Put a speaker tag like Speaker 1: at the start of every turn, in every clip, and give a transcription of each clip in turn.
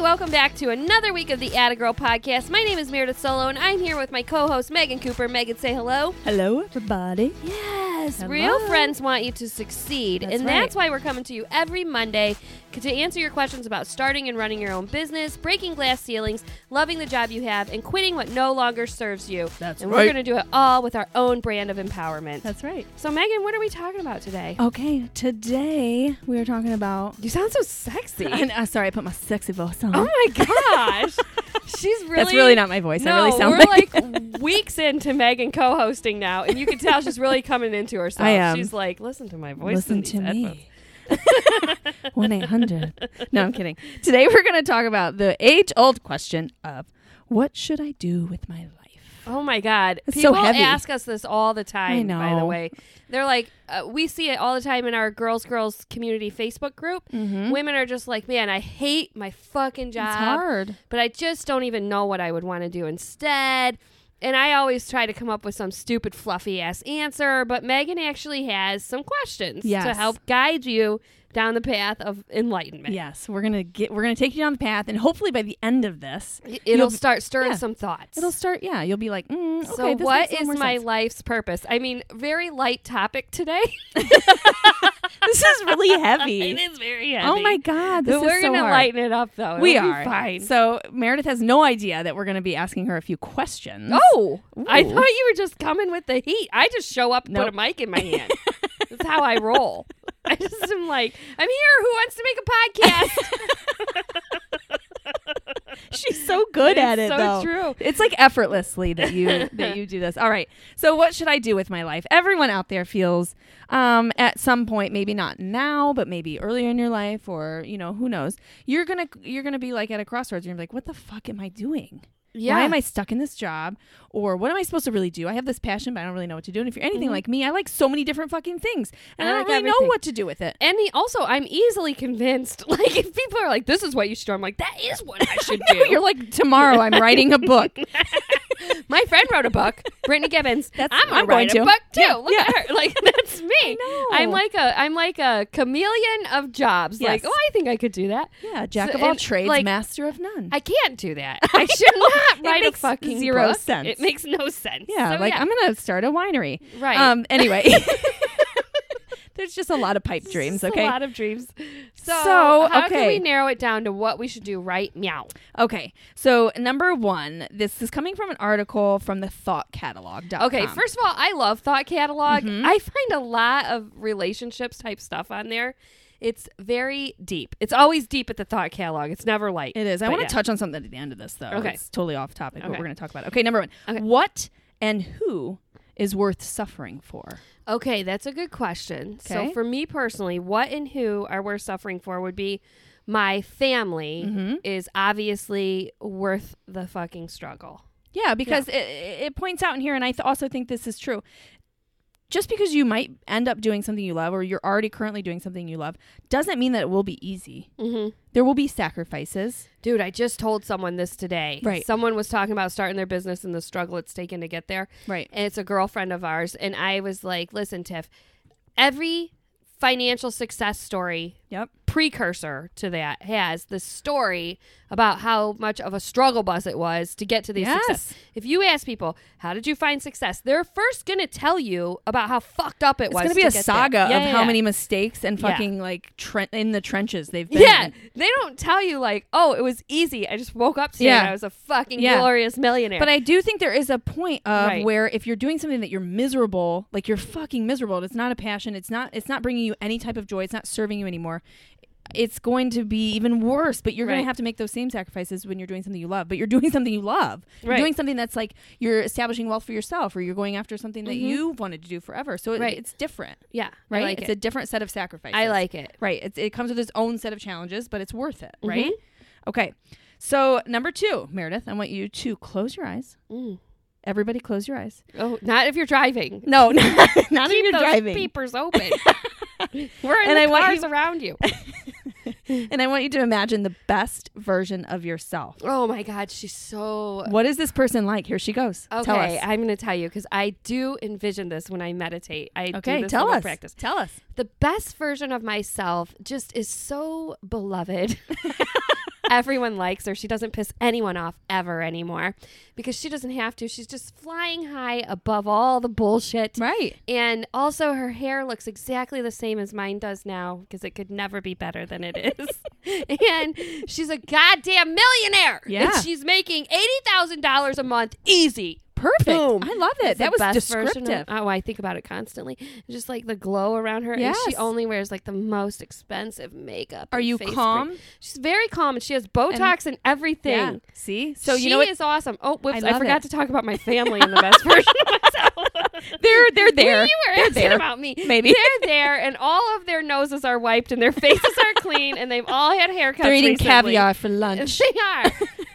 Speaker 1: welcome back to another week of the Atta Girl podcast. My name is Meredith Solo, and I'm here with my co-host Megan Cooper. Megan, say hello.
Speaker 2: Hello, everybody.
Speaker 1: Yes,
Speaker 2: Hello.
Speaker 1: real friends want you to succeed,
Speaker 2: That's
Speaker 1: and
Speaker 2: right.
Speaker 1: that's why we're coming to you every Monday c- to answer your questions about starting and running your own business, breaking glass ceilings, loving the job you have, and quitting what no longer serves you.
Speaker 2: That's
Speaker 1: and
Speaker 2: right.
Speaker 1: we're going to do it all with our own brand of empowerment.
Speaker 2: That's right.
Speaker 1: so, Megan, what are we talking about today?
Speaker 2: Okay, today we are talking about.
Speaker 1: Oh, You sound so sexy.
Speaker 2: And, uh, sorry, I put my sexy voice on.
Speaker 1: Oh my gosh, she's really
Speaker 2: That's really not my voice.
Speaker 1: No,
Speaker 2: I really sound
Speaker 1: we're like, weeks into Megan co-hosting now, and you can tell she's really coming into herself.
Speaker 2: I am.
Speaker 1: She's like, listen to my voice. in
Speaker 2: Listen
Speaker 1: these
Speaker 2: to
Speaker 1: headphones."
Speaker 2: me. 1 800. No, I'm kidding. Today we're going to talk about the age old question of what should I do with my life?
Speaker 1: Oh my God!
Speaker 2: It's so
Speaker 1: People
Speaker 2: heavy.
Speaker 1: ask us this all the time.
Speaker 2: I
Speaker 1: By the
Speaker 2: know.
Speaker 1: way, they're like, uh, we see it all the time in our girls, girls community Facebook group. Women are just like, man, I hate my fucking job.
Speaker 2: Mm-hmm. It's hard.
Speaker 1: but I just don't even know what I would want to do instead. And I always try to come up with some stupid, fluffy ass answer, but Megan actually has some questions to
Speaker 2: Yes.
Speaker 1: help guide you down the path of enlightenment.
Speaker 2: Yes, we're going to get we're going to take you down the path and hopefully by the end of this
Speaker 1: Y-
Speaker 2: You'll
Speaker 1: It'll
Speaker 2: be-
Speaker 1: start stirring
Speaker 2: yeah.
Speaker 1: some thoughts.
Speaker 2: it'll start yeah, you'll be like, mm, okay,
Speaker 1: so,
Speaker 2: this
Speaker 1: what
Speaker 2: makes a little
Speaker 1: is
Speaker 2: more
Speaker 1: my
Speaker 2: sense.
Speaker 1: life's purpose? I mean, very light topic today.
Speaker 2: This is really heavy.
Speaker 1: it is very heavy.
Speaker 2: Oh my god, this
Speaker 1: But we're
Speaker 2: is so
Speaker 1: gonna
Speaker 2: hard.
Speaker 1: lighten it up, though.
Speaker 2: we
Speaker 1: It'll be
Speaker 2: are
Speaker 1: fine.
Speaker 2: So Meredith has no idea that we're going to be asking her a few questions.
Speaker 1: Oh, I
Speaker 2: Ooh.
Speaker 1: thought you were just coming with the heat. I just show up and put
Speaker 2: Nope.
Speaker 1: a mic in my hand. That's how I roll. I just am like, I'm here. Who wants to make a podcast?
Speaker 2: she's so good at it.
Speaker 1: It's so
Speaker 2: though.
Speaker 1: true.
Speaker 2: It's like effortlessly that you that you do this. All right. So what should I do with my life? Everyone out there feels um, at some point, maybe not now, but maybe earlier in your life, or you know, who knows? You're gonna you're gonna be like at a crossroads. You're gonna be like, what the fuck am I doing? Why am I stuck in this job? Or what am I supposed to really do? I have this passion, but I don't really know what to do. And if you're anything like me, I like so many different fucking things, and
Speaker 1: I
Speaker 2: Mm-hmm. I,
Speaker 1: like
Speaker 2: don't really
Speaker 1: everything.
Speaker 2: know what to do with it.
Speaker 1: and the, also, I'm easily convinced. Like, if people are like, "This is what you should do," I'm like, "That is what I should do."
Speaker 2: You're like, tomorrow I'm writing a book.
Speaker 1: My friend wrote a book, Brittany Gibbons.
Speaker 2: That's-
Speaker 1: I'm, gonna
Speaker 2: I'm
Speaker 1: write
Speaker 2: going
Speaker 1: a
Speaker 2: to.
Speaker 1: book too.
Speaker 2: Yeah,
Speaker 1: Look
Speaker 2: yeah.
Speaker 1: at her. Like that's me.
Speaker 2: know.
Speaker 1: I'm like a I'm like a chameleon of jobs. Like,
Speaker 2: Yes.
Speaker 1: oh, I think I could do that.
Speaker 2: Yeah, jack
Speaker 1: So-
Speaker 2: of all
Speaker 1: and,
Speaker 2: trades,
Speaker 1: like,
Speaker 2: master of none.
Speaker 1: I can't do that. I should not
Speaker 2: It
Speaker 1: write
Speaker 2: makes
Speaker 1: a fucking
Speaker 2: zero
Speaker 1: book.
Speaker 2: sense.
Speaker 1: It makes no sense.
Speaker 2: yeah,
Speaker 1: So,
Speaker 2: like I'm gonna start a winery.
Speaker 1: Right.
Speaker 2: Um. Anyway, there's just a lot of pipe dreams.
Speaker 1: Just
Speaker 2: Okay.
Speaker 1: a lot of dreams. So,
Speaker 2: So,
Speaker 1: how can
Speaker 2: okay.
Speaker 1: we narrow it down to what we should do right now?
Speaker 2: okay. So number one, this is coming from an article from the Thought Catalog.
Speaker 1: Okay, first of all, I love Thought Catalog.
Speaker 2: Mm-hmm.
Speaker 1: I find a lot of relationships type stuff on there. It's very deep. It's always deep at the Thought Catalog. It's never light.
Speaker 2: it is. I
Speaker 1: But
Speaker 2: want to
Speaker 1: yeah.
Speaker 2: touch on something at the end of this though.
Speaker 1: Okay.
Speaker 2: It's totally off topic, but
Speaker 1: Okay.
Speaker 2: we're gonna talk about it. Okay. Number one,
Speaker 1: Okay.
Speaker 2: what and who is worth suffering for?
Speaker 1: Okay, that's a good question. So
Speaker 2: Okay.
Speaker 1: for me personally, what and who are worth suffering for would be my family
Speaker 2: Mm-hmm.
Speaker 1: is obviously worth the fucking struggle.
Speaker 2: Yeah, because It, it points out in here, and I th- also think this is true. Just because you might end up doing something you love, or you're already currently doing something you love, doesn't mean that it will be easy.
Speaker 1: Mhm.
Speaker 2: There will be sacrifices.
Speaker 1: Dude, I just told someone this today.
Speaker 2: Right.
Speaker 1: Someone was talking about starting their business and the struggle it's taken to get there.
Speaker 2: Right.
Speaker 1: And it's a girlfriend of ours. And I was like, listen, Tiff, every financial success story
Speaker 2: Yep.
Speaker 1: precursor to that has the story about how much of a struggle bus it was to get to these
Speaker 2: Yes.
Speaker 1: success. If you ask people, how did you find success? They're first going to tell you about how fucked up it
Speaker 2: It's
Speaker 1: was.
Speaker 2: going to be a
Speaker 1: get there.
Speaker 2: saga
Speaker 1: Yeah,
Speaker 2: of
Speaker 1: yeah,
Speaker 2: how
Speaker 1: yeah.
Speaker 2: many mistakes and
Speaker 1: Yeah.
Speaker 2: fucking like tre- in the trenches they've been.
Speaker 1: Yeah,
Speaker 2: in.
Speaker 1: they don't tell you like, oh, it was easy. I just woke up today
Speaker 2: Yeah.
Speaker 1: and I was a fucking
Speaker 2: Yeah.
Speaker 1: glorious millionaire.
Speaker 2: But I do think there is a point of
Speaker 1: Right.
Speaker 2: where if you're doing something that you're miserable, like you're fucking miserable, it's not a passion, it's not it's not bringing you any type of joy, it's not serving you anymore. It's going to be even worse, but you're going
Speaker 1: Right.
Speaker 2: to have to make those same sacrifices when you're doing something you love. But you're doing something you love.
Speaker 1: Right.
Speaker 2: You're doing something that's like you're establishing wealth for yourself or you're going after something that you wanted to do forever. So it,
Speaker 1: Mm-hmm. Right.
Speaker 2: it's different,
Speaker 1: yeah,
Speaker 2: right?
Speaker 1: I like
Speaker 2: it's
Speaker 1: it.
Speaker 2: a different set of sacrifices.
Speaker 1: I like it.
Speaker 2: Right. It, it comes with its own set of challenges, but it's worth it, right?
Speaker 1: Mhm.
Speaker 2: Okay. So, number two, Meredith, I want you to close your eyes.
Speaker 1: Mm.
Speaker 2: Everybody, close your eyes.
Speaker 1: Oh, not if you're driving.
Speaker 2: No, not, not
Speaker 1: Keep
Speaker 2: if you're
Speaker 1: those
Speaker 2: driving.
Speaker 1: peepers open. We're in
Speaker 2: And
Speaker 1: the
Speaker 2: I want
Speaker 1: cars
Speaker 2: you-
Speaker 1: around you.
Speaker 2: And I want you to imagine the best version of yourself.
Speaker 1: Oh my God, she's so
Speaker 2: What is this person like? Here she goes.
Speaker 1: Okay,
Speaker 2: Tell us.
Speaker 1: I'm going to tell you because I do envision this when I meditate. I do
Speaker 2: okay,
Speaker 1: this
Speaker 2: tell
Speaker 1: little
Speaker 2: us.
Speaker 1: practice.
Speaker 2: Tell us.
Speaker 1: The best version of myself just is so beloved Everyone likes her. She doesn't piss anyone off ever anymore because she doesn't have to. She's just flying high above all the bullshit.
Speaker 2: right.
Speaker 1: And also, her hair looks exactly the same as mine does now because it could never be better than it is. and she's a goddamn millionaire.
Speaker 2: Yeah.
Speaker 1: And she's making $80,000 a month easy. Perfect. Boom.
Speaker 2: I love it.
Speaker 1: It's
Speaker 2: That
Speaker 1: the
Speaker 2: was
Speaker 1: best version of-
Speaker 2: descriptive.
Speaker 1: oh, I think about it constantly. Just like the glow around her. And
Speaker 2: Yes.
Speaker 1: she only wears like the most expensive makeup.
Speaker 2: Are
Speaker 1: and
Speaker 2: you
Speaker 1: face cream.
Speaker 2: calm?
Speaker 1: She's very calm and she has Botox and, everything.
Speaker 2: Yeah. See?
Speaker 1: So you
Speaker 2: she
Speaker 1: know
Speaker 2: what?
Speaker 1: it is awesome. Oh, whoops!
Speaker 2: I
Speaker 1: I,
Speaker 2: love
Speaker 1: forgot
Speaker 2: it.
Speaker 1: to talk about my family in the best version of myself.
Speaker 2: They're they're there.
Speaker 1: You were
Speaker 2: they're
Speaker 1: asking
Speaker 2: there.
Speaker 1: about me.
Speaker 2: Maybe.
Speaker 1: They're there, and all of their noses are wiped, and their faces are clean, and they've all had haircuts.
Speaker 2: They're eating
Speaker 1: recently.
Speaker 2: caviar for lunch.
Speaker 1: They are.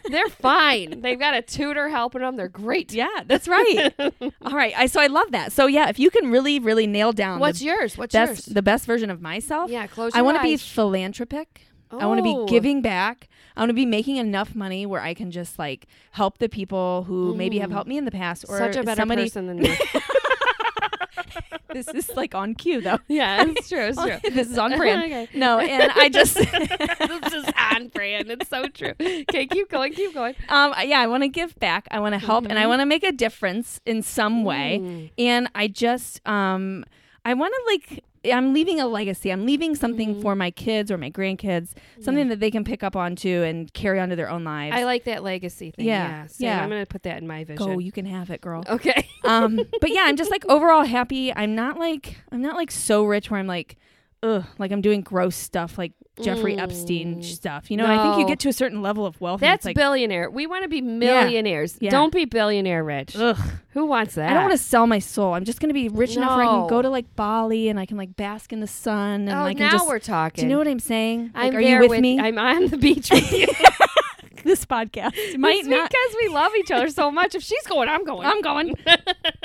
Speaker 1: They're fine. They've got a tutor helping them. They're great.
Speaker 2: yeah, that's right. All right. I so I love that. So yeah, if you can really really nail down
Speaker 1: What's
Speaker 2: the
Speaker 1: yours? What's
Speaker 2: best
Speaker 1: yours?
Speaker 2: the best version of myself,
Speaker 1: yeah, close.
Speaker 2: I
Speaker 1: want
Speaker 2: want to be philanthropic. I want to
Speaker 1: Oh.
Speaker 2: be giving back. I want to be making enough money where I can just like help the people who maybe have helped me in the past or
Speaker 1: Mm. such a better
Speaker 2: somebody.
Speaker 1: person than me.
Speaker 2: This is like on cue though.
Speaker 1: yeah, it's true. It's true.
Speaker 2: this is on brand.
Speaker 1: Okay.
Speaker 2: No, and I just um,
Speaker 1: this is on brand. It's so true. Okay, keep going. Keep going.
Speaker 2: um yeah, I want to give back. I want to help
Speaker 1: Mm-hmm.
Speaker 2: and I want to make a difference in some way.
Speaker 1: Mm.
Speaker 2: And I just um I want to like I'm leaving a legacy. I'm leaving something
Speaker 1: Mm-hmm.
Speaker 2: for my kids or my grandkids, something that they can pick up onto and carry on to their own lives.
Speaker 1: I like that legacy thing.
Speaker 2: Yeah,
Speaker 1: Yeah, same.
Speaker 2: yeah.
Speaker 1: I'm gonna put that in my vision.
Speaker 2: Go, you can have it, girl.
Speaker 1: Okay.
Speaker 2: um but yeah i'm just like overall happy i'm not like i'm not like so rich where i'm like ugh like i'm doing gross stuff like jeffrey epstein stuff you know i think you
Speaker 1: Mm. No.
Speaker 2: get to a certain level of wealth and
Speaker 1: That's
Speaker 2: it's like
Speaker 1: billionaire. We want to be millionaires.
Speaker 2: Yeah.
Speaker 1: Don't be billionaire rich.
Speaker 2: ugh
Speaker 1: Who wants that?
Speaker 2: i don't want to sell my soul i'm just gonna be rich enough where i can
Speaker 1: No.
Speaker 2: go to like bali and i can like bask in the sun and
Speaker 1: Oh,
Speaker 2: i can
Speaker 1: now
Speaker 2: just
Speaker 1: we're talking.
Speaker 2: do you know what i'm saying Like,
Speaker 1: I'm
Speaker 2: are
Speaker 1: there
Speaker 2: you with, me
Speaker 1: I'm on the beach with you.
Speaker 2: this podcast might
Speaker 1: It's
Speaker 2: not
Speaker 1: because we love each other so much. If she's going, I'm going.
Speaker 2: I'm going.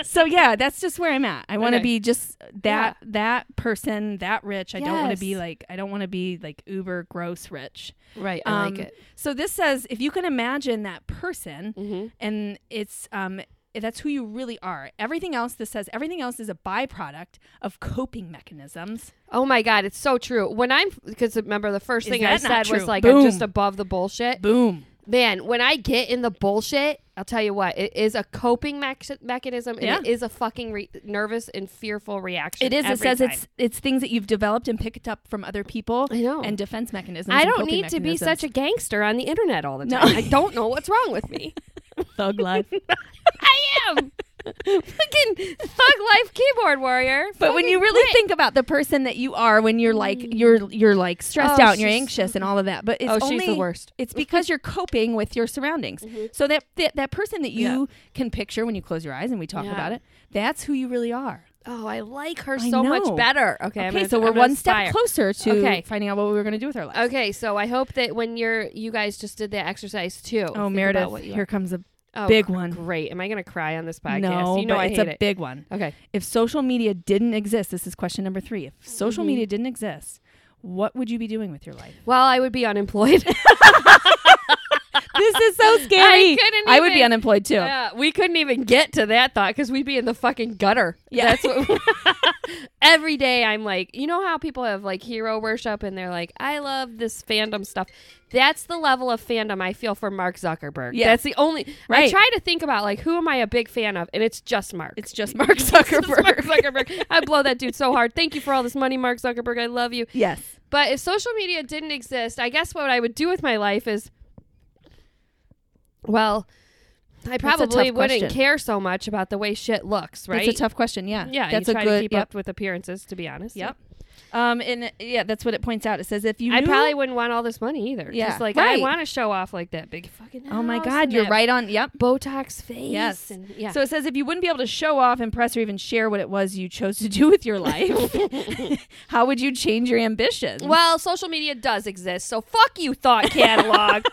Speaker 2: so yeah that's just where i'm at i want to
Speaker 1: Okay.
Speaker 2: be just that that person that rich i don't want to be
Speaker 1: Yes.
Speaker 2: like i don't want to be like uber gross rich
Speaker 1: right.
Speaker 2: Um, So this says if you can imagine that person,
Speaker 1: Mm-hmm.
Speaker 2: and it's um, that's who you really are. Everything else, this says everything else is a byproduct of coping mechanisms.
Speaker 1: Oh my God, it's so true. When I'm, because remember the first
Speaker 2: Is
Speaker 1: thing
Speaker 2: that
Speaker 1: I
Speaker 2: not
Speaker 1: said was
Speaker 2: true?
Speaker 1: like,
Speaker 2: Boom.
Speaker 1: I'm just above the bullshit.
Speaker 2: Boom.
Speaker 1: Man, when I get in the bullshit, I'll tell you what, it is a coping mech- mechanism and
Speaker 2: Yeah.
Speaker 1: it is a fucking re- nervous and fearful reaction.
Speaker 2: It is. It
Speaker 1: every
Speaker 2: says
Speaker 1: time.
Speaker 2: it's it's things that you've developed and picked up from other people.
Speaker 1: I know.
Speaker 2: And defense mechanisms.
Speaker 1: I
Speaker 2: and
Speaker 1: don't
Speaker 2: coping
Speaker 1: need to be
Speaker 2: mechanisms.
Speaker 1: such a gangster on the internet all the
Speaker 2: No.
Speaker 1: time. I don't know what's wrong with me.
Speaker 2: thug life.
Speaker 1: I am fucking thug life keyboard warrior.
Speaker 2: But when
Speaker 1: Fucking
Speaker 2: you really
Speaker 1: quit.
Speaker 2: think about the person that you are, when you're like you're you're like stressed
Speaker 1: Mm. Oh,
Speaker 2: out and you're
Speaker 1: she's-
Speaker 2: anxious and all of that, but it's
Speaker 1: oh,
Speaker 2: only
Speaker 1: she's the worst. Mm-hmm.
Speaker 2: It's because you're coping with your surroundings. So that, that that person that you can picture when you close your eyes and we talk
Speaker 1: Yeah.
Speaker 2: about it, that's who you really are.
Speaker 1: Oh, I like her
Speaker 2: I
Speaker 1: so
Speaker 2: know.
Speaker 1: much better. Okay,
Speaker 2: Okay,
Speaker 1: I'm gonna-
Speaker 2: so we're
Speaker 1: I'm gonna
Speaker 2: one step
Speaker 1: aspire.
Speaker 2: closer to
Speaker 1: Okay.
Speaker 2: finding out what we were going to do with our lives.
Speaker 1: Okay, so I hope that when you're, you guys just did that exercise too. Think
Speaker 2: Oh,
Speaker 1: about
Speaker 2: Meredith,
Speaker 1: what you
Speaker 2: here
Speaker 1: are.
Speaker 2: comes a
Speaker 1: Oh,
Speaker 2: big one.
Speaker 1: Great. Am I gonna cry on this podcast?
Speaker 2: no,
Speaker 1: you know
Speaker 2: but
Speaker 1: I
Speaker 2: it's
Speaker 1: hate
Speaker 2: a
Speaker 1: it.
Speaker 2: big one.
Speaker 1: okay.
Speaker 2: If social media didn't exist, this is question number three. If social
Speaker 1: Mm-hmm.
Speaker 2: media didn't exist, what would you be doing with your life?
Speaker 1: Well, I would be unemployed.
Speaker 2: this is so scary.
Speaker 1: couldn't
Speaker 2: would be
Speaker 1: even-
Speaker 2: unemployed too.
Speaker 1: Yeah, we couldn't even get to that thought because we'd be in the fucking gutter.
Speaker 2: Yeah.
Speaker 1: that's what. every day I'm like, you know how people have like hero worship and they're like, I love this fandom stuff. That's the level of fandom I feel for Mark Zuckerberg.
Speaker 2: Yeah.
Speaker 1: that's the only.
Speaker 2: Right.
Speaker 1: I try to think about like who am I a big fan of, and it's just Mark.
Speaker 2: It's just Mark
Speaker 1: It's Mark
Speaker 2: Zuckerberg.
Speaker 1: Zuckerberg. I blow that dude so hard. Thank you for all this money, Mark Zuckerberg. I love you.
Speaker 2: yes.
Speaker 1: But if social media didn't exist, I guess what I would do with my life is, well, I
Speaker 2: a tough
Speaker 1: probably wouldn't
Speaker 2: question.
Speaker 1: care so much about the way shit looks, right?
Speaker 2: That's a tough question. Yeah.
Speaker 1: yeah,
Speaker 2: That's
Speaker 1: you
Speaker 2: a
Speaker 1: try
Speaker 2: good.
Speaker 1: to keep
Speaker 2: yep.
Speaker 1: up with appearances, to be honest.
Speaker 2: Yep. Um, and uh, yeah, that's what it points out. It says if you
Speaker 1: I
Speaker 2: knew-
Speaker 1: probably wouldn't want all this money either.
Speaker 2: Yeah.
Speaker 1: Just like
Speaker 2: Right.
Speaker 1: I want to show off like that big fucking.
Speaker 2: Oh my
Speaker 1: house
Speaker 2: God,
Speaker 1: and
Speaker 2: you're
Speaker 1: that
Speaker 2: right on. Yep.
Speaker 1: Botox face.
Speaker 2: Yes.
Speaker 1: And, yeah.
Speaker 2: So it says if you wouldn't be able to show off, impress, or even share what it was you chose to do with your life, how would you change your ambition?
Speaker 1: well, social media does exist, so fuck you, thought catalog.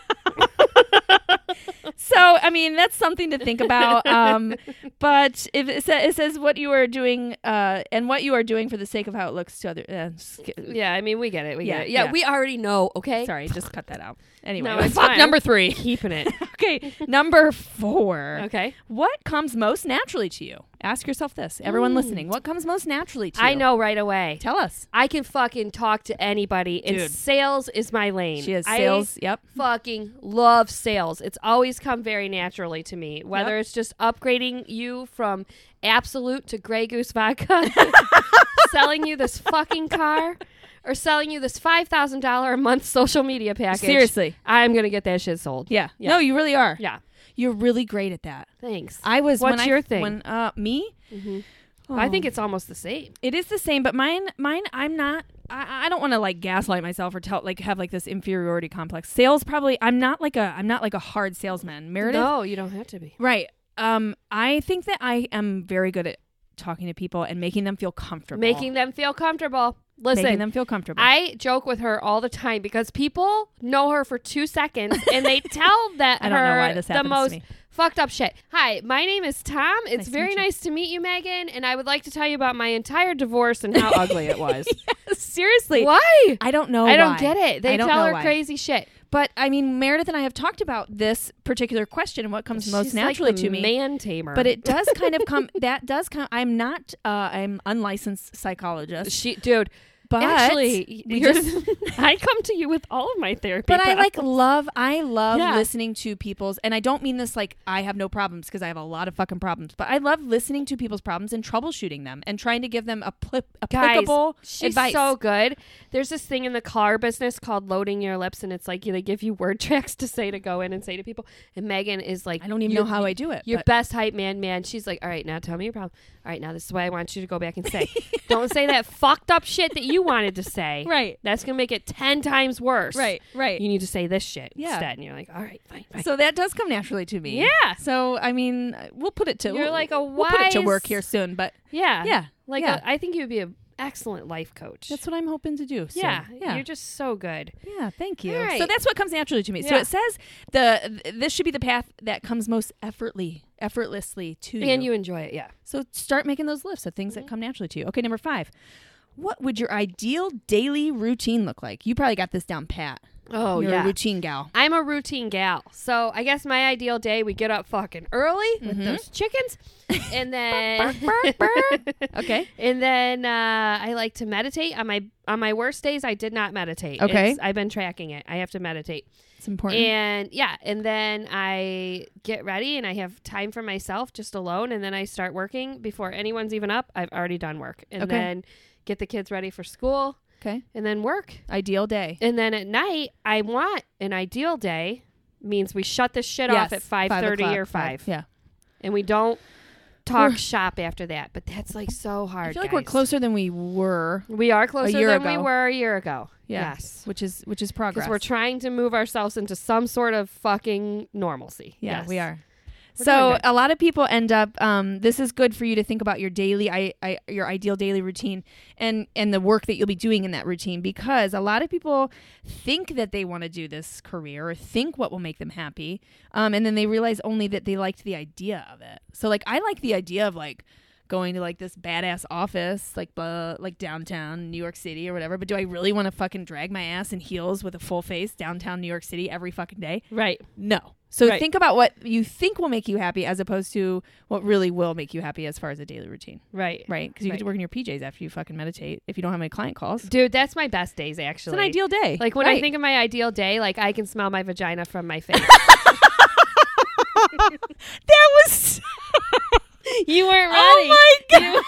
Speaker 2: So I mean, that's something to think about. Um, but if it, sa- it says what you are doing uh, and what you are doing for the sake of how it looks to other, uh, sk-
Speaker 1: yeah, I mean, we get it. We
Speaker 2: Yeah,
Speaker 1: get it. Yeah,
Speaker 2: yeah.
Speaker 1: we already know. Okay.
Speaker 2: sorry, just cut that out. Anyway,
Speaker 1: No, it's
Speaker 2: fuck
Speaker 1: fine.
Speaker 2: number three.
Speaker 1: Keeping it.
Speaker 2: okay, number four.
Speaker 1: Okay.
Speaker 2: What comes most naturally to you Ask yourself this. Everyone listening, what comes most naturally to you?
Speaker 1: Mm. I know right away.
Speaker 2: Tell us.
Speaker 1: I can fucking talk to anybody, and
Speaker 2: Dude.
Speaker 1: sales is my lane.
Speaker 2: She has
Speaker 1: I
Speaker 2: sales. yep.
Speaker 1: fucking love sales. It's always come very naturally to me, whether
Speaker 2: Yep.
Speaker 1: it's just upgrading you from Absolute to Grey Goose Vodka, selling you this fucking car, or selling you this $5,000 a month social media package.
Speaker 2: Seriously.
Speaker 1: I'm going to get that shit sold.
Speaker 2: Yeah.
Speaker 1: Yeah.
Speaker 2: No, you really are.
Speaker 1: Yeah.
Speaker 2: You're really great at that.
Speaker 1: Thanks. I,
Speaker 2: I was.
Speaker 1: What's
Speaker 2: when I-
Speaker 1: your thing?
Speaker 2: When uh, me,
Speaker 1: I think it's almost the same.
Speaker 2: it is the same, but mine, mine, I'm not. I, I don't want to like gaslight myself or tell like have like this inferiority complex. Sales probably. I'm not like a. I'm not like a hard salesman. Meredith.
Speaker 1: No, you don't have to be.
Speaker 2: Right. Um. I think that I am very good at talking to people and making them feel comfortable.
Speaker 1: Making them feel comfortable. Listen,
Speaker 2: making them feel comfortable.
Speaker 1: I joke with her all the time because people know her for two seconds and they tell that
Speaker 2: I
Speaker 1: her
Speaker 2: don't know why this
Speaker 1: the
Speaker 2: happens to
Speaker 1: most
Speaker 2: me.
Speaker 1: fucked up shit. Hi, my name is Tom. It's
Speaker 2: Nice to
Speaker 1: very
Speaker 2: meet you.
Speaker 1: nice to meet you, Megan, and I would like to tell you about my entire divorce and how ugly it was.
Speaker 2: seriously.
Speaker 1: Why?
Speaker 2: I don't know.
Speaker 1: I don't
Speaker 2: Oh, why.
Speaker 1: get it. They
Speaker 2: I don't
Speaker 1: tell
Speaker 2: know
Speaker 1: her
Speaker 2: why.
Speaker 1: crazy shit.
Speaker 2: But I mean, Meredith and I have talked about this particular question and what comes most
Speaker 1: She's
Speaker 2: naturally
Speaker 1: like the
Speaker 2: to me.
Speaker 1: man tamer.
Speaker 2: But it does kind of come. That does come. I'm not. Uh, I'm unlicensed psychologist,
Speaker 1: she, dude.
Speaker 2: but
Speaker 1: actually,
Speaker 2: we
Speaker 1: you're-
Speaker 2: just-
Speaker 1: I come to you with all of my therapy.
Speaker 2: but I
Speaker 1: problems.
Speaker 2: like love. I love
Speaker 1: Yeah.
Speaker 2: listening to people's, and I don't mean this like I have no problems because I have a lot of fucking problems. But I love listening to people's problems and troubleshooting them and trying to give them a pli-
Speaker 1: Guys,
Speaker 2: applicable
Speaker 1: she's
Speaker 2: advice.
Speaker 1: so good. There's this thing in the car business called loading your lips, and it's like they give you word tracks to say to go in and say to people. And Megan is like,
Speaker 2: I don't even
Speaker 1: your-
Speaker 2: know how I do it.
Speaker 1: Your
Speaker 2: but-
Speaker 1: best hype man, man. She's like, all right, now tell me your problem. All right, now this is what I want you to go back and say. don't say that fucked up shit that you wanted to say.
Speaker 2: Right.
Speaker 1: That's gonna make it ten times worse.
Speaker 2: Right, right.
Speaker 1: You need to say this shit
Speaker 2: Yeah.
Speaker 1: instead, and you're like, all right, fine, fine.
Speaker 2: So that does come naturally to me.
Speaker 1: Yeah.
Speaker 2: So I mean, we'll put it to
Speaker 1: You're
Speaker 2: we'll-
Speaker 1: like a
Speaker 2: we'll put it to
Speaker 1: wise-
Speaker 2: work here soon. But
Speaker 1: yeah,
Speaker 2: yeah,
Speaker 1: Like, uh,
Speaker 2: yeah.
Speaker 1: I think you would be an excellent life coach.
Speaker 2: that's what I'm hoping to do. soon.
Speaker 1: yeah,
Speaker 2: yeah.
Speaker 1: You're just so good.
Speaker 2: Yeah, thank you.
Speaker 1: All right.
Speaker 2: So that's what comes naturally to me. So
Speaker 1: Yeah.
Speaker 2: it says the th- this should be the path that comes most effortly, effortlessly to
Speaker 1: And you Mm-hmm. enjoy it, yeah.
Speaker 2: So start making those lists of things that come naturally to you. Okay, number five. What would your ideal daily routine look like? You probably got this down pat.
Speaker 1: Oh
Speaker 2: You're
Speaker 1: yeah.
Speaker 2: a routine gal.
Speaker 1: I'm a routine gal. So I guess my ideal day, we get up fucking early with those chickens. And then
Speaker 2: Mm-hmm. Burp, burp, burp. okay.
Speaker 1: and then uh, I like to meditate. On my on my worst days I did not meditate.
Speaker 2: Okay.
Speaker 1: It's- I've been tracking it. I have to meditate.
Speaker 2: It's important.
Speaker 1: And yeah, and then I get ready and I have time for myself just alone and then I start working before anyone's even up. I've already done work. And
Speaker 2: Okay.
Speaker 1: then get the kids ready for school
Speaker 2: okay.
Speaker 1: and then work.
Speaker 2: Ideal day.
Speaker 1: And then at night, I want an ideal day means we shut this shit off at
Speaker 2: Yes,
Speaker 1: five thirty
Speaker 2: o'clock,
Speaker 1: or five,
Speaker 2: Yeah.
Speaker 1: and we don't talk
Speaker 2: We're-
Speaker 1: shop after that. But that's like so hard.
Speaker 2: I feel like we're
Speaker 1: guys.
Speaker 2: closer than we were.
Speaker 1: We are closer
Speaker 2: year
Speaker 1: than we
Speaker 2: ago.
Speaker 1: were a year ago.
Speaker 2: Yeah.
Speaker 1: Yes,
Speaker 2: Which is which is
Speaker 1: because
Speaker 2: progress.
Speaker 1: we're trying to move ourselves into some sort of fucking normalcy.
Speaker 2: Yeah,
Speaker 1: Yes.
Speaker 2: we are.
Speaker 1: We're
Speaker 2: so
Speaker 1: doing
Speaker 2: a lot of people end up. Um, this is good for you to think about your daily, I, I, your ideal daily routine, and and the work that you'll be doing in that routine. Because a lot of people think that they want to do this career or think what will make them happy, um, and then they realize only that they liked the idea of it. So like I like the idea of like going to like this badass office like blah, like downtown New York City or whatever. But do I really want to fucking drag my ass in heels with a full face downtown New York City every fucking day?
Speaker 1: Right.
Speaker 2: No. So
Speaker 1: Right.
Speaker 2: think about what you think will make you happy as opposed to what really will make you happy as far as a daily routine,
Speaker 1: Right.
Speaker 2: right? Because you
Speaker 1: Right.
Speaker 2: get to work in your PJs after you fucking meditate if you don't have any client calls. It's
Speaker 1: Dude, that's my best days actually.
Speaker 2: an ideal day.
Speaker 1: Like when I
Speaker 2: Right.
Speaker 1: think of my ideal day, like I can smell my vagina from my face.
Speaker 2: that was.
Speaker 1: you weren't ready.
Speaker 2: Oh my god!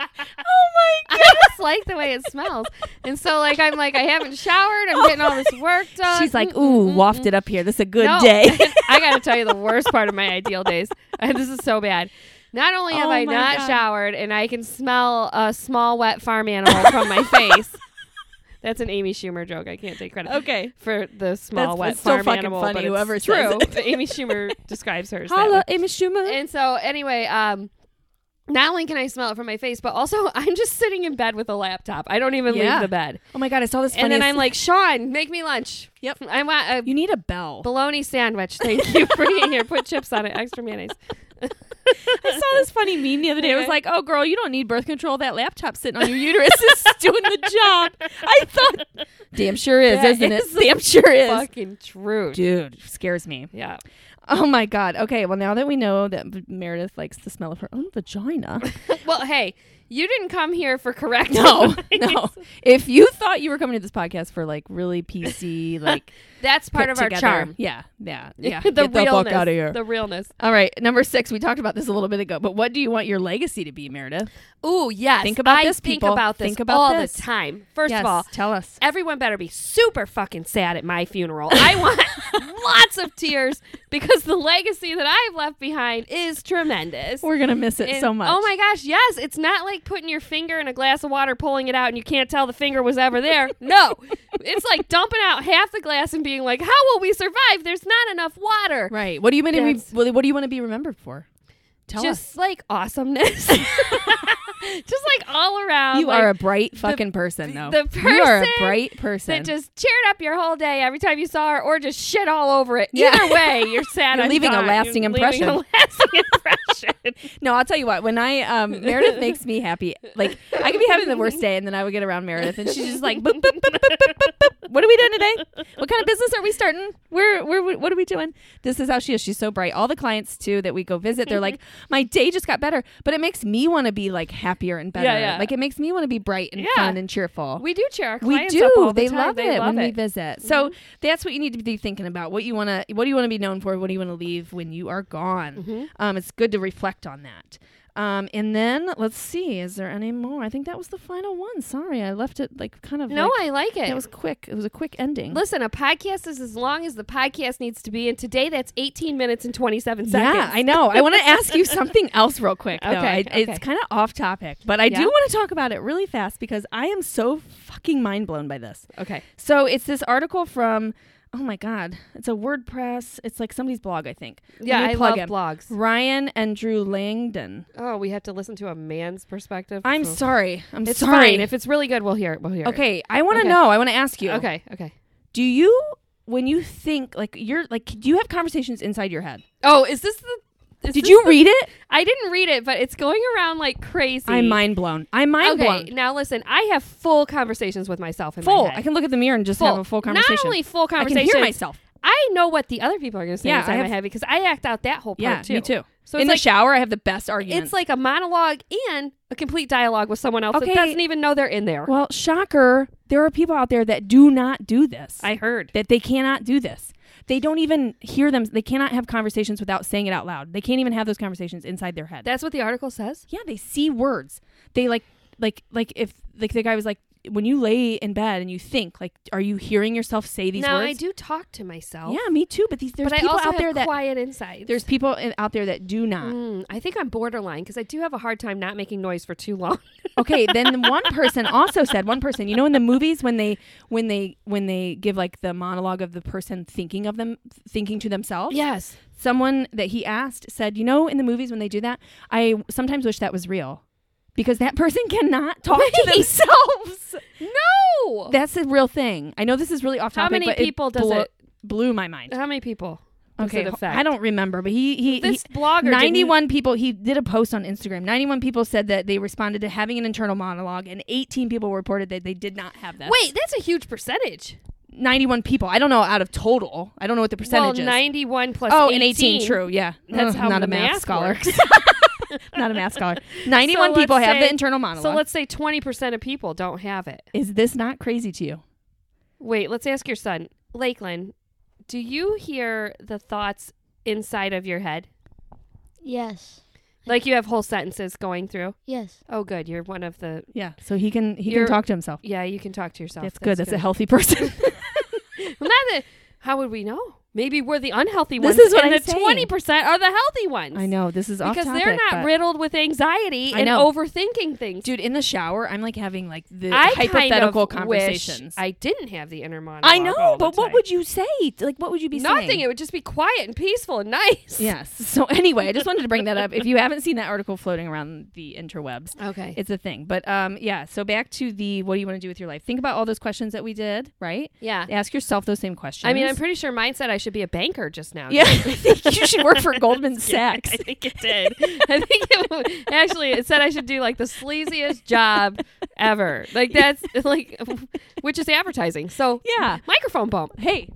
Speaker 2: oh my
Speaker 1: I just like the way it smells. And so, like, I'm like, I haven't showered. I'm getting all this work done. Mm,
Speaker 2: god! She's like, ooh, wafted up here. This is a good
Speaker 1: No.
Speaker 2: day.
Speaker 1: I got to tell you the worst part of my ideal days. Uh, this is so bad. Not only have
Speaker 2: Oh
Speaker 1: I
Speaker 2: my
Speaker 1: not
Speaker 2: God.
Speaker 1: showered, and I can smell a small wet farm animal from my face. That's an Amy Schumer joke. I can't take credit.
Speaker 2: okay.
Speaker 1: For the small
Speaker 2: That's-
Speaker 1: wet
Speaker 2: it's so
Speaker 1: farm
Speaker 2: fucking
Speaker 1: animal,
Speaker 2: funny,
Speaker 1: but it's
Speaker 2: whoever says
Speaker 1: true.
Speaker 2: it.
Speaker 1: Amy Schumer describes hers. that way
Speaker 2: Holla, Amy Schumer.
Speaker 1: and so anyway um not only can I smell it from my face, but also I'm just sitting in bed with a laptop. I don't even
Speaker 2: Yeah.
Speaker 1: leave the bed.
Speaker 2: oh my god! I saw this.
Speaker 1: and then
Speaker 2: funniest-
Speaker 1: I'm like, Sean, make me lunch.
Speaker 2: Yep.
Speaker 1: I want a
Speaker 2: you need a bell.
Speaker 1: bologna sandwich. Thank you. Bring it here. Put chips on it. Extra mayonnaise.
Speaker 2: I saw this funny meme the other day. It was
Speaker 1: Okay.
Speaker 2: like, "Oh, girl, you don't need birth control. That laptop sitting on your uterus is doing the job." I thought, "Damn sure is,
Speaker 1: That
Speaker 2: isn't
Speaker 1: is
Speaker 2: it? Damn sure is."
Speaker 1: Fucking true.
Speaker 2: Dude, scares me.
Speaker 1: Yeah.
Speaker 2: Oh my god. Okay, well now that we know that v- Meredith likes the smell of her own vagina.
Speaker 1: well, hey, you didn't come here for correct.
Speaker 2: No.
Speaker 1: advice.
Speaker 2: no. If you thought you were coming to this podcast for like really PC like
Speaker 1: That's part
Speaker 2: put
Speaker 1: of our
Speaker 2: together-
Speaker 1: charm.
Speaker 2: Yeah. Yeah. Yeah.
Speaker 1: the
Speaker 2: Get the
Speaker 1: realness.
Speaker 2: fuck out of here.
Speaker 1: The realness.
Speaker 2: All right, number 6. We talked about this a little bit ago, but what do you want your legacy to be, Meredith?
Speaker 1: Ooh, yes.
Speaker 2: Think about
Speaker 1: I
Speaker 2: this,
Speaker 1: Think
Speaker 2: people.
Speaker 1: about this
Speaker 2: Think about
Speaker 1: all
Speaker 2: this.
Speaker 1: the time. First
Speaker 2: yes,
Speaker 1: of all,
Speaker 2: tell us.
Speaker 1: everyone better be super fucking sad at my funeral. I want lots of tears because the legacy that I've left behind is tremendous.
Speaker 2: We're going to miss it
Speaker 1: And-
Speaker 2: so much.
Speaker 1: Oh my gosh, yes. It's not like putting your finger in a glass of water, pulling it out, and you can't tell the finger was ever there. No. it's like dumping out half the glass and being like, how will we survive? There's not enough water.
Speaker 2: Right. What do you want to
Speaker 1: That's-
Speaker 2: be, what do you want to be remembered for? Tell
Speaker 1: Just like awesomeness. Just like all around.
Speaker 2: us. You
Speaker 1: Um, like,
Speaker 2: are a bright fucking person though.
Speaker 1: the
Speaker 2: you are a
Speaker 1: person
Speaker 2: bright person.
Speaker 1: that just cheered up your whole day every time you saw her, or just shit all over it.
Speaker 2: Yeah.
Speaker 1: Either way, you're sad.
Speaker 2: You're
Speaker 1: I'm
Speaker 2: leaving a
Speaker 1: gone.
Speaker 2: lasting
Speaker 1: You're
Speaker 2: impression.
Speaker 1: Leaving a lasting impression.
Speaker 2: No, I'll tell you what. When I um, Meredith makes me happy, like I could be having the worst day, and then I would get around Meredith, and she's just like, boop, boop, boop, boop, boop, boop, boop. "What are we doing today? What kind of business are we starting? Where, where, what are we doing?" This is how she is. She's so bright. All the clients too that we go visit, they're like, "My day just got better," but it makes me want to be like happier and better.
Speaker 1: Yeah, yeah.
Speaker 2: Like it makes me want to be bright and
Speaker 1: Yeah.
Speaker 2: fun and cheerful.
Speaker 1: we do cheer our
Speaker 2: We
Speaker 1: clients
Speaker 2: do.
Speaker 1: up all the
Speaker 2: they
Speaker 1: time.
Speaker 2: love
Speaker 1: They
Speaker 2: it
Speaker 1: love
Speaker 2: when we
Speaker 1: it.
Speaker 2: visit. Mm-hmm. So that's what you need to be thinking about. What you want to, what do you want to be known for? What do you want to leave when you are gone? Um, it's good to reflect on that. Um, and then let's see, is there any more? I think that was the final one. Sorry, I left it like kind of.
Speaker 1: No,
Speaker 2: like,
Speaker 1: I like it.
Speaker 2: that was quick. It was a quick ending.
Speaker 1: Listen, a podcast is as long as the podcast needs to be, and today that's 18 minutes and 27 seconds.
Speaker 2: yeah, I know. I want to ask you something else real quick. Though.
Speaker 1: Okay,
Speaker 2: I,
Speaker 1: okay.
Speaker 2: It's kind of off topic, but I
Speaker 1: Yeah?
Speaker 2: do want to talk about it really fast because I am so fucking mind blown by this.
Speaker 1: Okay.
Speaker 2: So it's this article from oh my god, it's a WordPress. It's like somebody's blog, I think. Let
Speaker 1: Yeah,
Speaker 2: me
Speaker 1: I
Speaker 2: plug
Speaker 1: love
Speaker 2: him.
Speaker 1: blogs.
Speaker 2: Ryan and Drew Langdon.
Speaker 1: Oh, we have to listen to a man's perspective.
Speaker 2: I'm
Speaker 1: Oh.
Speaker 2: sorry. I'm
Speaker 1: It's
Speaker 2: sorry.
Speaker 1: fine. If it's really good, we'll hear it. We'll hear it.
Speaker 2: okay, I want to
Speaker 1: Okay.
Speaker 2: know. I want to ask you.
Speaker 1: Okay. Okay.
Speaker 2: Do you when you think like you're like do you have conversations inside your head?
Speaker 1: Oh, is this the? is
Speaker 2: Did
Speaker 1: this
Speaker 2: you
Speaker 1: the-
Speaker 2: read it?
Speaker 1: I didn't read it, but it's going around like crazy.
Speaker 2: I'm mind blown. I'm mind
Speaker 1: okay,
Speaker 2: blown.
Speaker 1: now listen. I have full conversations with myself in
Speaker 2: Full.
Speaker 1: my head.
Speaker 2: I can look at the mirror and just have a full conversation.
Speaker 1: Not only full
Speaker 2: I can
Speaker 1: conversation.
Speaker 2: hear myself.
Speaker 1: I know what the other people are going to say
Speaker 2: Yeah,
Speaker 1: inside
Speaker 2: I
Speaker 1: my
Speaker 2: have-
Speaker 1: head because I act out that whole part
Speaker 2: Yeah,
Speaker 1: too.
Speaker 2: me too.
Speaker 1: So
Speaker 2: in
Speaker 1: it's
Speaker 2: the
Speaker 1: like
Speaker 2: shower, I have the best argument.
Speaker 1: it's like a monologue and a complete dialogue with someone else
Speaker 2: Okay.
Speaker 1: that doesn't even know they're in there.
Speaker 2: well, shocker, there are people out there that do not do this.
Speaker 1: I heard.
Speaker 2: that they cannot do this. They don't even hear them. They cannot have conversations without saying it out loud. They can't even have those conversations inside their head.
Speaker 1: That's what the article says.
Speaker 2: yeah, they see words. They like, like, like if like the guy was like, when you lay in bed and you think, like, are you hearing yourself say these
Speaker 1: now
Speaker 2: words?
Speaker 1: I do talk to myself.
Speaker 2: Yeah, me too. But these there's
Speaker 1: but I
Speaker 2: people
Speaker 1: also
Speaker 2: out there
Speaker 1: have
Speaker 2: that
Speaker 1: quiet inside.
Speaker 2: there's people in, out there that do not.
Speaker 1: Mm, I think I'm borderline because I do have a hard time not making noise for too long.
Speaker 2: okay then one person also said one person you know in the movies when they when they when they give like the monologue of the person thinking of them thinking to themselves
Speaker 1: yes.
Speaker 2: someone that he asked said, "You know, in the movies when they do that, I sometimes wish that was real." Because that person cannot talk to
Speaker 1: Wait.
Speaker 2: themselves.
Speaker 1: No.
Speaker 2: That's a real thing. I know this is really off
Speaker 1: How
Speaker 2: topic.
Speaker 1: many
Speaker 2: but
Speaker 1: people does
Speaker 2: blew,
Speaker 1: it-
Speaker 2: blew my mind?
Speaker 1: How many people? Does
Speaker 2: Okay,
Speaker 1: it affect?
Speaker 2: I don't remember, but he he,
Speaker 1: This
Speaker 2: he-
Speaker 1: blogger didn't-
Speaker 2: ninety-one people. He did a post on Instagram. Ninety-one people said that they responded to having an internal monologue, and eighteen people reported that they did not have that.
Speaker 1: Wait, that's a huge percentage.
Speaker 2: ninety-one people. I don't know out of total. I don't know what the percentage
Speaker 1: Well,
Speaker 2: is.
Speaker 1: 91 plus
Speaker 2: Oh,
Speaker 1: 18.
Speaker 2: and 18, true. Yeah.
Speaker 1: That's
Speaker 2: Ugh,
Speaker 1: how
Speaker 2: not a math,
Speaker 1: math
Speaker 2: scholar.
Speaker 1: works.
Speaker 2: not a math scholar. 91
Speaker 1: So
Speaker 2: people
Speaker 1: let's
Speaker 2: have the
Speaker 1: say-
Speaker 2: internal monologue.
Speaker 1: So let's say 20% of people don't have it.
Speaker 2: Is this not crazy to you?
Speaker 1: Wait, let's ask your son. Lakeland, do you hear the thoughts inside of your head?
Speaker 3: Yes.
Speaker 1: Like you have whole sentences going through?
Speaker 3: Yes.
Speaker 1: Oh, good. You're one of the.
Speaker 2: Yeah. So he can he
Speaker 1: You're-
Speaker 2: can talk to himself.
Speaker 1: Yeah, you can talk to yourself.
Speaker 2: That's, good. That's a healthy person.
Speaker 1: Well, not the, how would we know? Maybe we're the unhealthy ones.
Speaker 2: This is what
Speaker 1: and
Speaker 2: I'm
Speaker 1: the
Speaker 2: saying.
Speaker 1: 20% are the healthy ones.
Speaker 2: I know this is off
Speaker 1: Because
Speaker 2: topic,
Speaker 1: they're not
Speaker 2: but-
Speaker 1: riddled with anxiety
Speaker 2: I
Speaker 1: and
Speaker 2: know.
Speaker 1: overthinking things.
Speaker 2: Dude, in the shower, I'm like having like the
Speaker 1: I
Speaker 2: hypothetical
Speaker 1: kind of wish
Speaker 2: conversations.
Speaker 1: I didn't have the inner monologue.
Speaker 2: I know,
Speaker 1: all the
Speaker 2: but what
Speaker 1: time.
Speaker 2: would you say? Like, what would you be saying?
Speaker 1: nothing? It would just be quiet and peaceful and nice.
Speaker 2: Yes. So anyway, I just wanted to bring that up. If you haven't seen that article floating around the interwebs,
Speaker 1: Okay.
Speaker 2: it's a thing. But um, yeah. So back to the what do you want to do with your life? Think about all those questions that we did, right?
Speaker 1: yeah.
Speaker 2: Ask yourself those same questions.
Speaker 1: I mean, I'm pretty sure mine said I should be a banker just now.
Speaker 2: yeah. I think you should work for Goldman Sacks.
Speaker 1: I think it did. I think it w- actually it said I should do like the sleaziest job ever. Like that's like, which is advertising. So
Speaker 2: Yeah.
Speaker 1: microphone bump.
Speaker 2: Hey,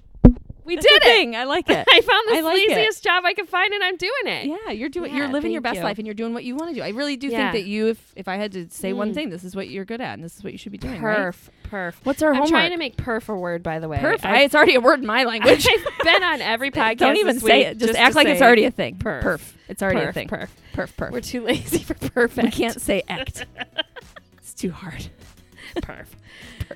Speaker 1: We
Speaker 2: That's
Speaker 1: did
Speaker 2: the
Speaker 1: it.
Speaker 2: thing. I like it.
Speaker 1: I found the
Speaker 2: I like it.
Speaker 1: sleaziest job I could find, and I'm doing it.
Speaker 2: Yeah, you're doing.
Speaker 1: Yeah,
Speaker 2: you're living your
Speaker 1: thank
Speaker 2: best
Speaker 1: you.
Speaker 2: life, and you're doing what you want to do. I really do
Speaker 1: Yeah.
Speaker 2: think that you, if if I had to say one
Speaker 1: Mm.
Speaker 2: thing, this is what you're good at, and this is what you should be doing. right?
Speaker 1: Perf, perf.
Speaker 2: What's our
Speaker 1: I'm
Speaker 2: homework?
Speaker 1: trying to make perf a word, by the way.
Speaker 2: perf. I-
Speaker 1: I've,
Speaker 2: it's already a word in my language.
Speaker 1: I've been on every podcast.
Speaker 2: Don't even
Speaker 1: this
Speaker 2: say
Speaker 1: week
Speaker 2: it. Just,
Speaker 1: to
Speaker 2: act like it's
Speaker 1: say
Speaker 2: already a thing.
Speaker 1: perf.
Speaker 2: Perf. It's already a
Speaker 1: perf,
Speaker 2: thing.
Speaker 1: Perf.
Speaker 2: Perf. Perf.
Speaker 1: We're too lazy for perfect.
Speaker 2: We can't say act. it's too hard.
Speaker 1: perf.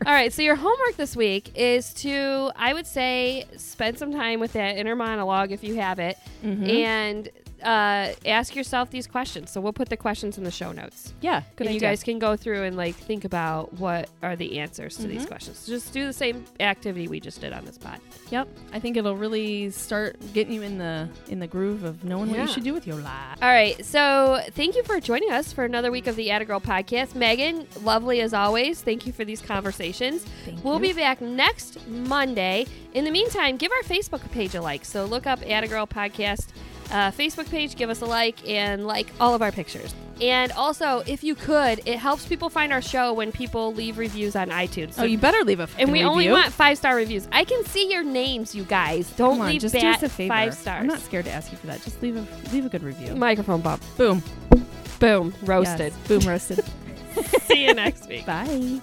Speaker 1: All right, so your homework this week is to, I would say, spend some time with that inner monologue if you have it,
Speaker 2: Mm-hmm.
Speaker 1: and uh, ask yourself these questions. So we'll put the questions in the show notes.
Speaker 2: yeah. Good
Speaker 1: and you
Speaker 2: idea.
Speaker 1: guys can go through and like think about what are the answers to
Speaker 2: Mm-hmm.
Speaker 1: these questions. Just do the same activity we just did on this pod.
Speaker 2: Yep. I think it'll really start getting you in the in the groove of knowing what
Speaker 1: Yeah.
Speaker 2: you should do with your life.
Speaker 1: All right, so thank you for joining us for another week of the Atta Girl podcast. Megan, lovely as always. Thank you for these conversations.
Speaker 2: Thank
Speaker 1: we'll be
Speaker 2: you.
Speaker 1: back next Monday. In the meantime, give our Facebook page a like. So look up Atta Girl podcast uh, Facebook page, give us a like, and like all of our pictures. And also, if you could, it helps people find our show when people leave reviews on iTunes. So
Speaker 2: oh, you better leave a fucking
Speaker 1: and we only
Speaker 2: review.
Speaker 1: want five star reviews. I can see your names, you guys. Don't
Speaker 2: Come on,
Speaker 1: leave
Speaker 2: just do
Speaker 1: bad
Speaker 2: us a favor.
Speaker 1: five stars.
Speaker 2: I'm not scared to ask you for that. Just leave a leave a good review.
Speaker 1: Microphone bump.
Speaker 2: Boom.
Speaker 1: Boom. Roasted.
Speaker 2: Yes. Boom roasted.
Speaker 1: See you next week.
Speaker 2: Bye.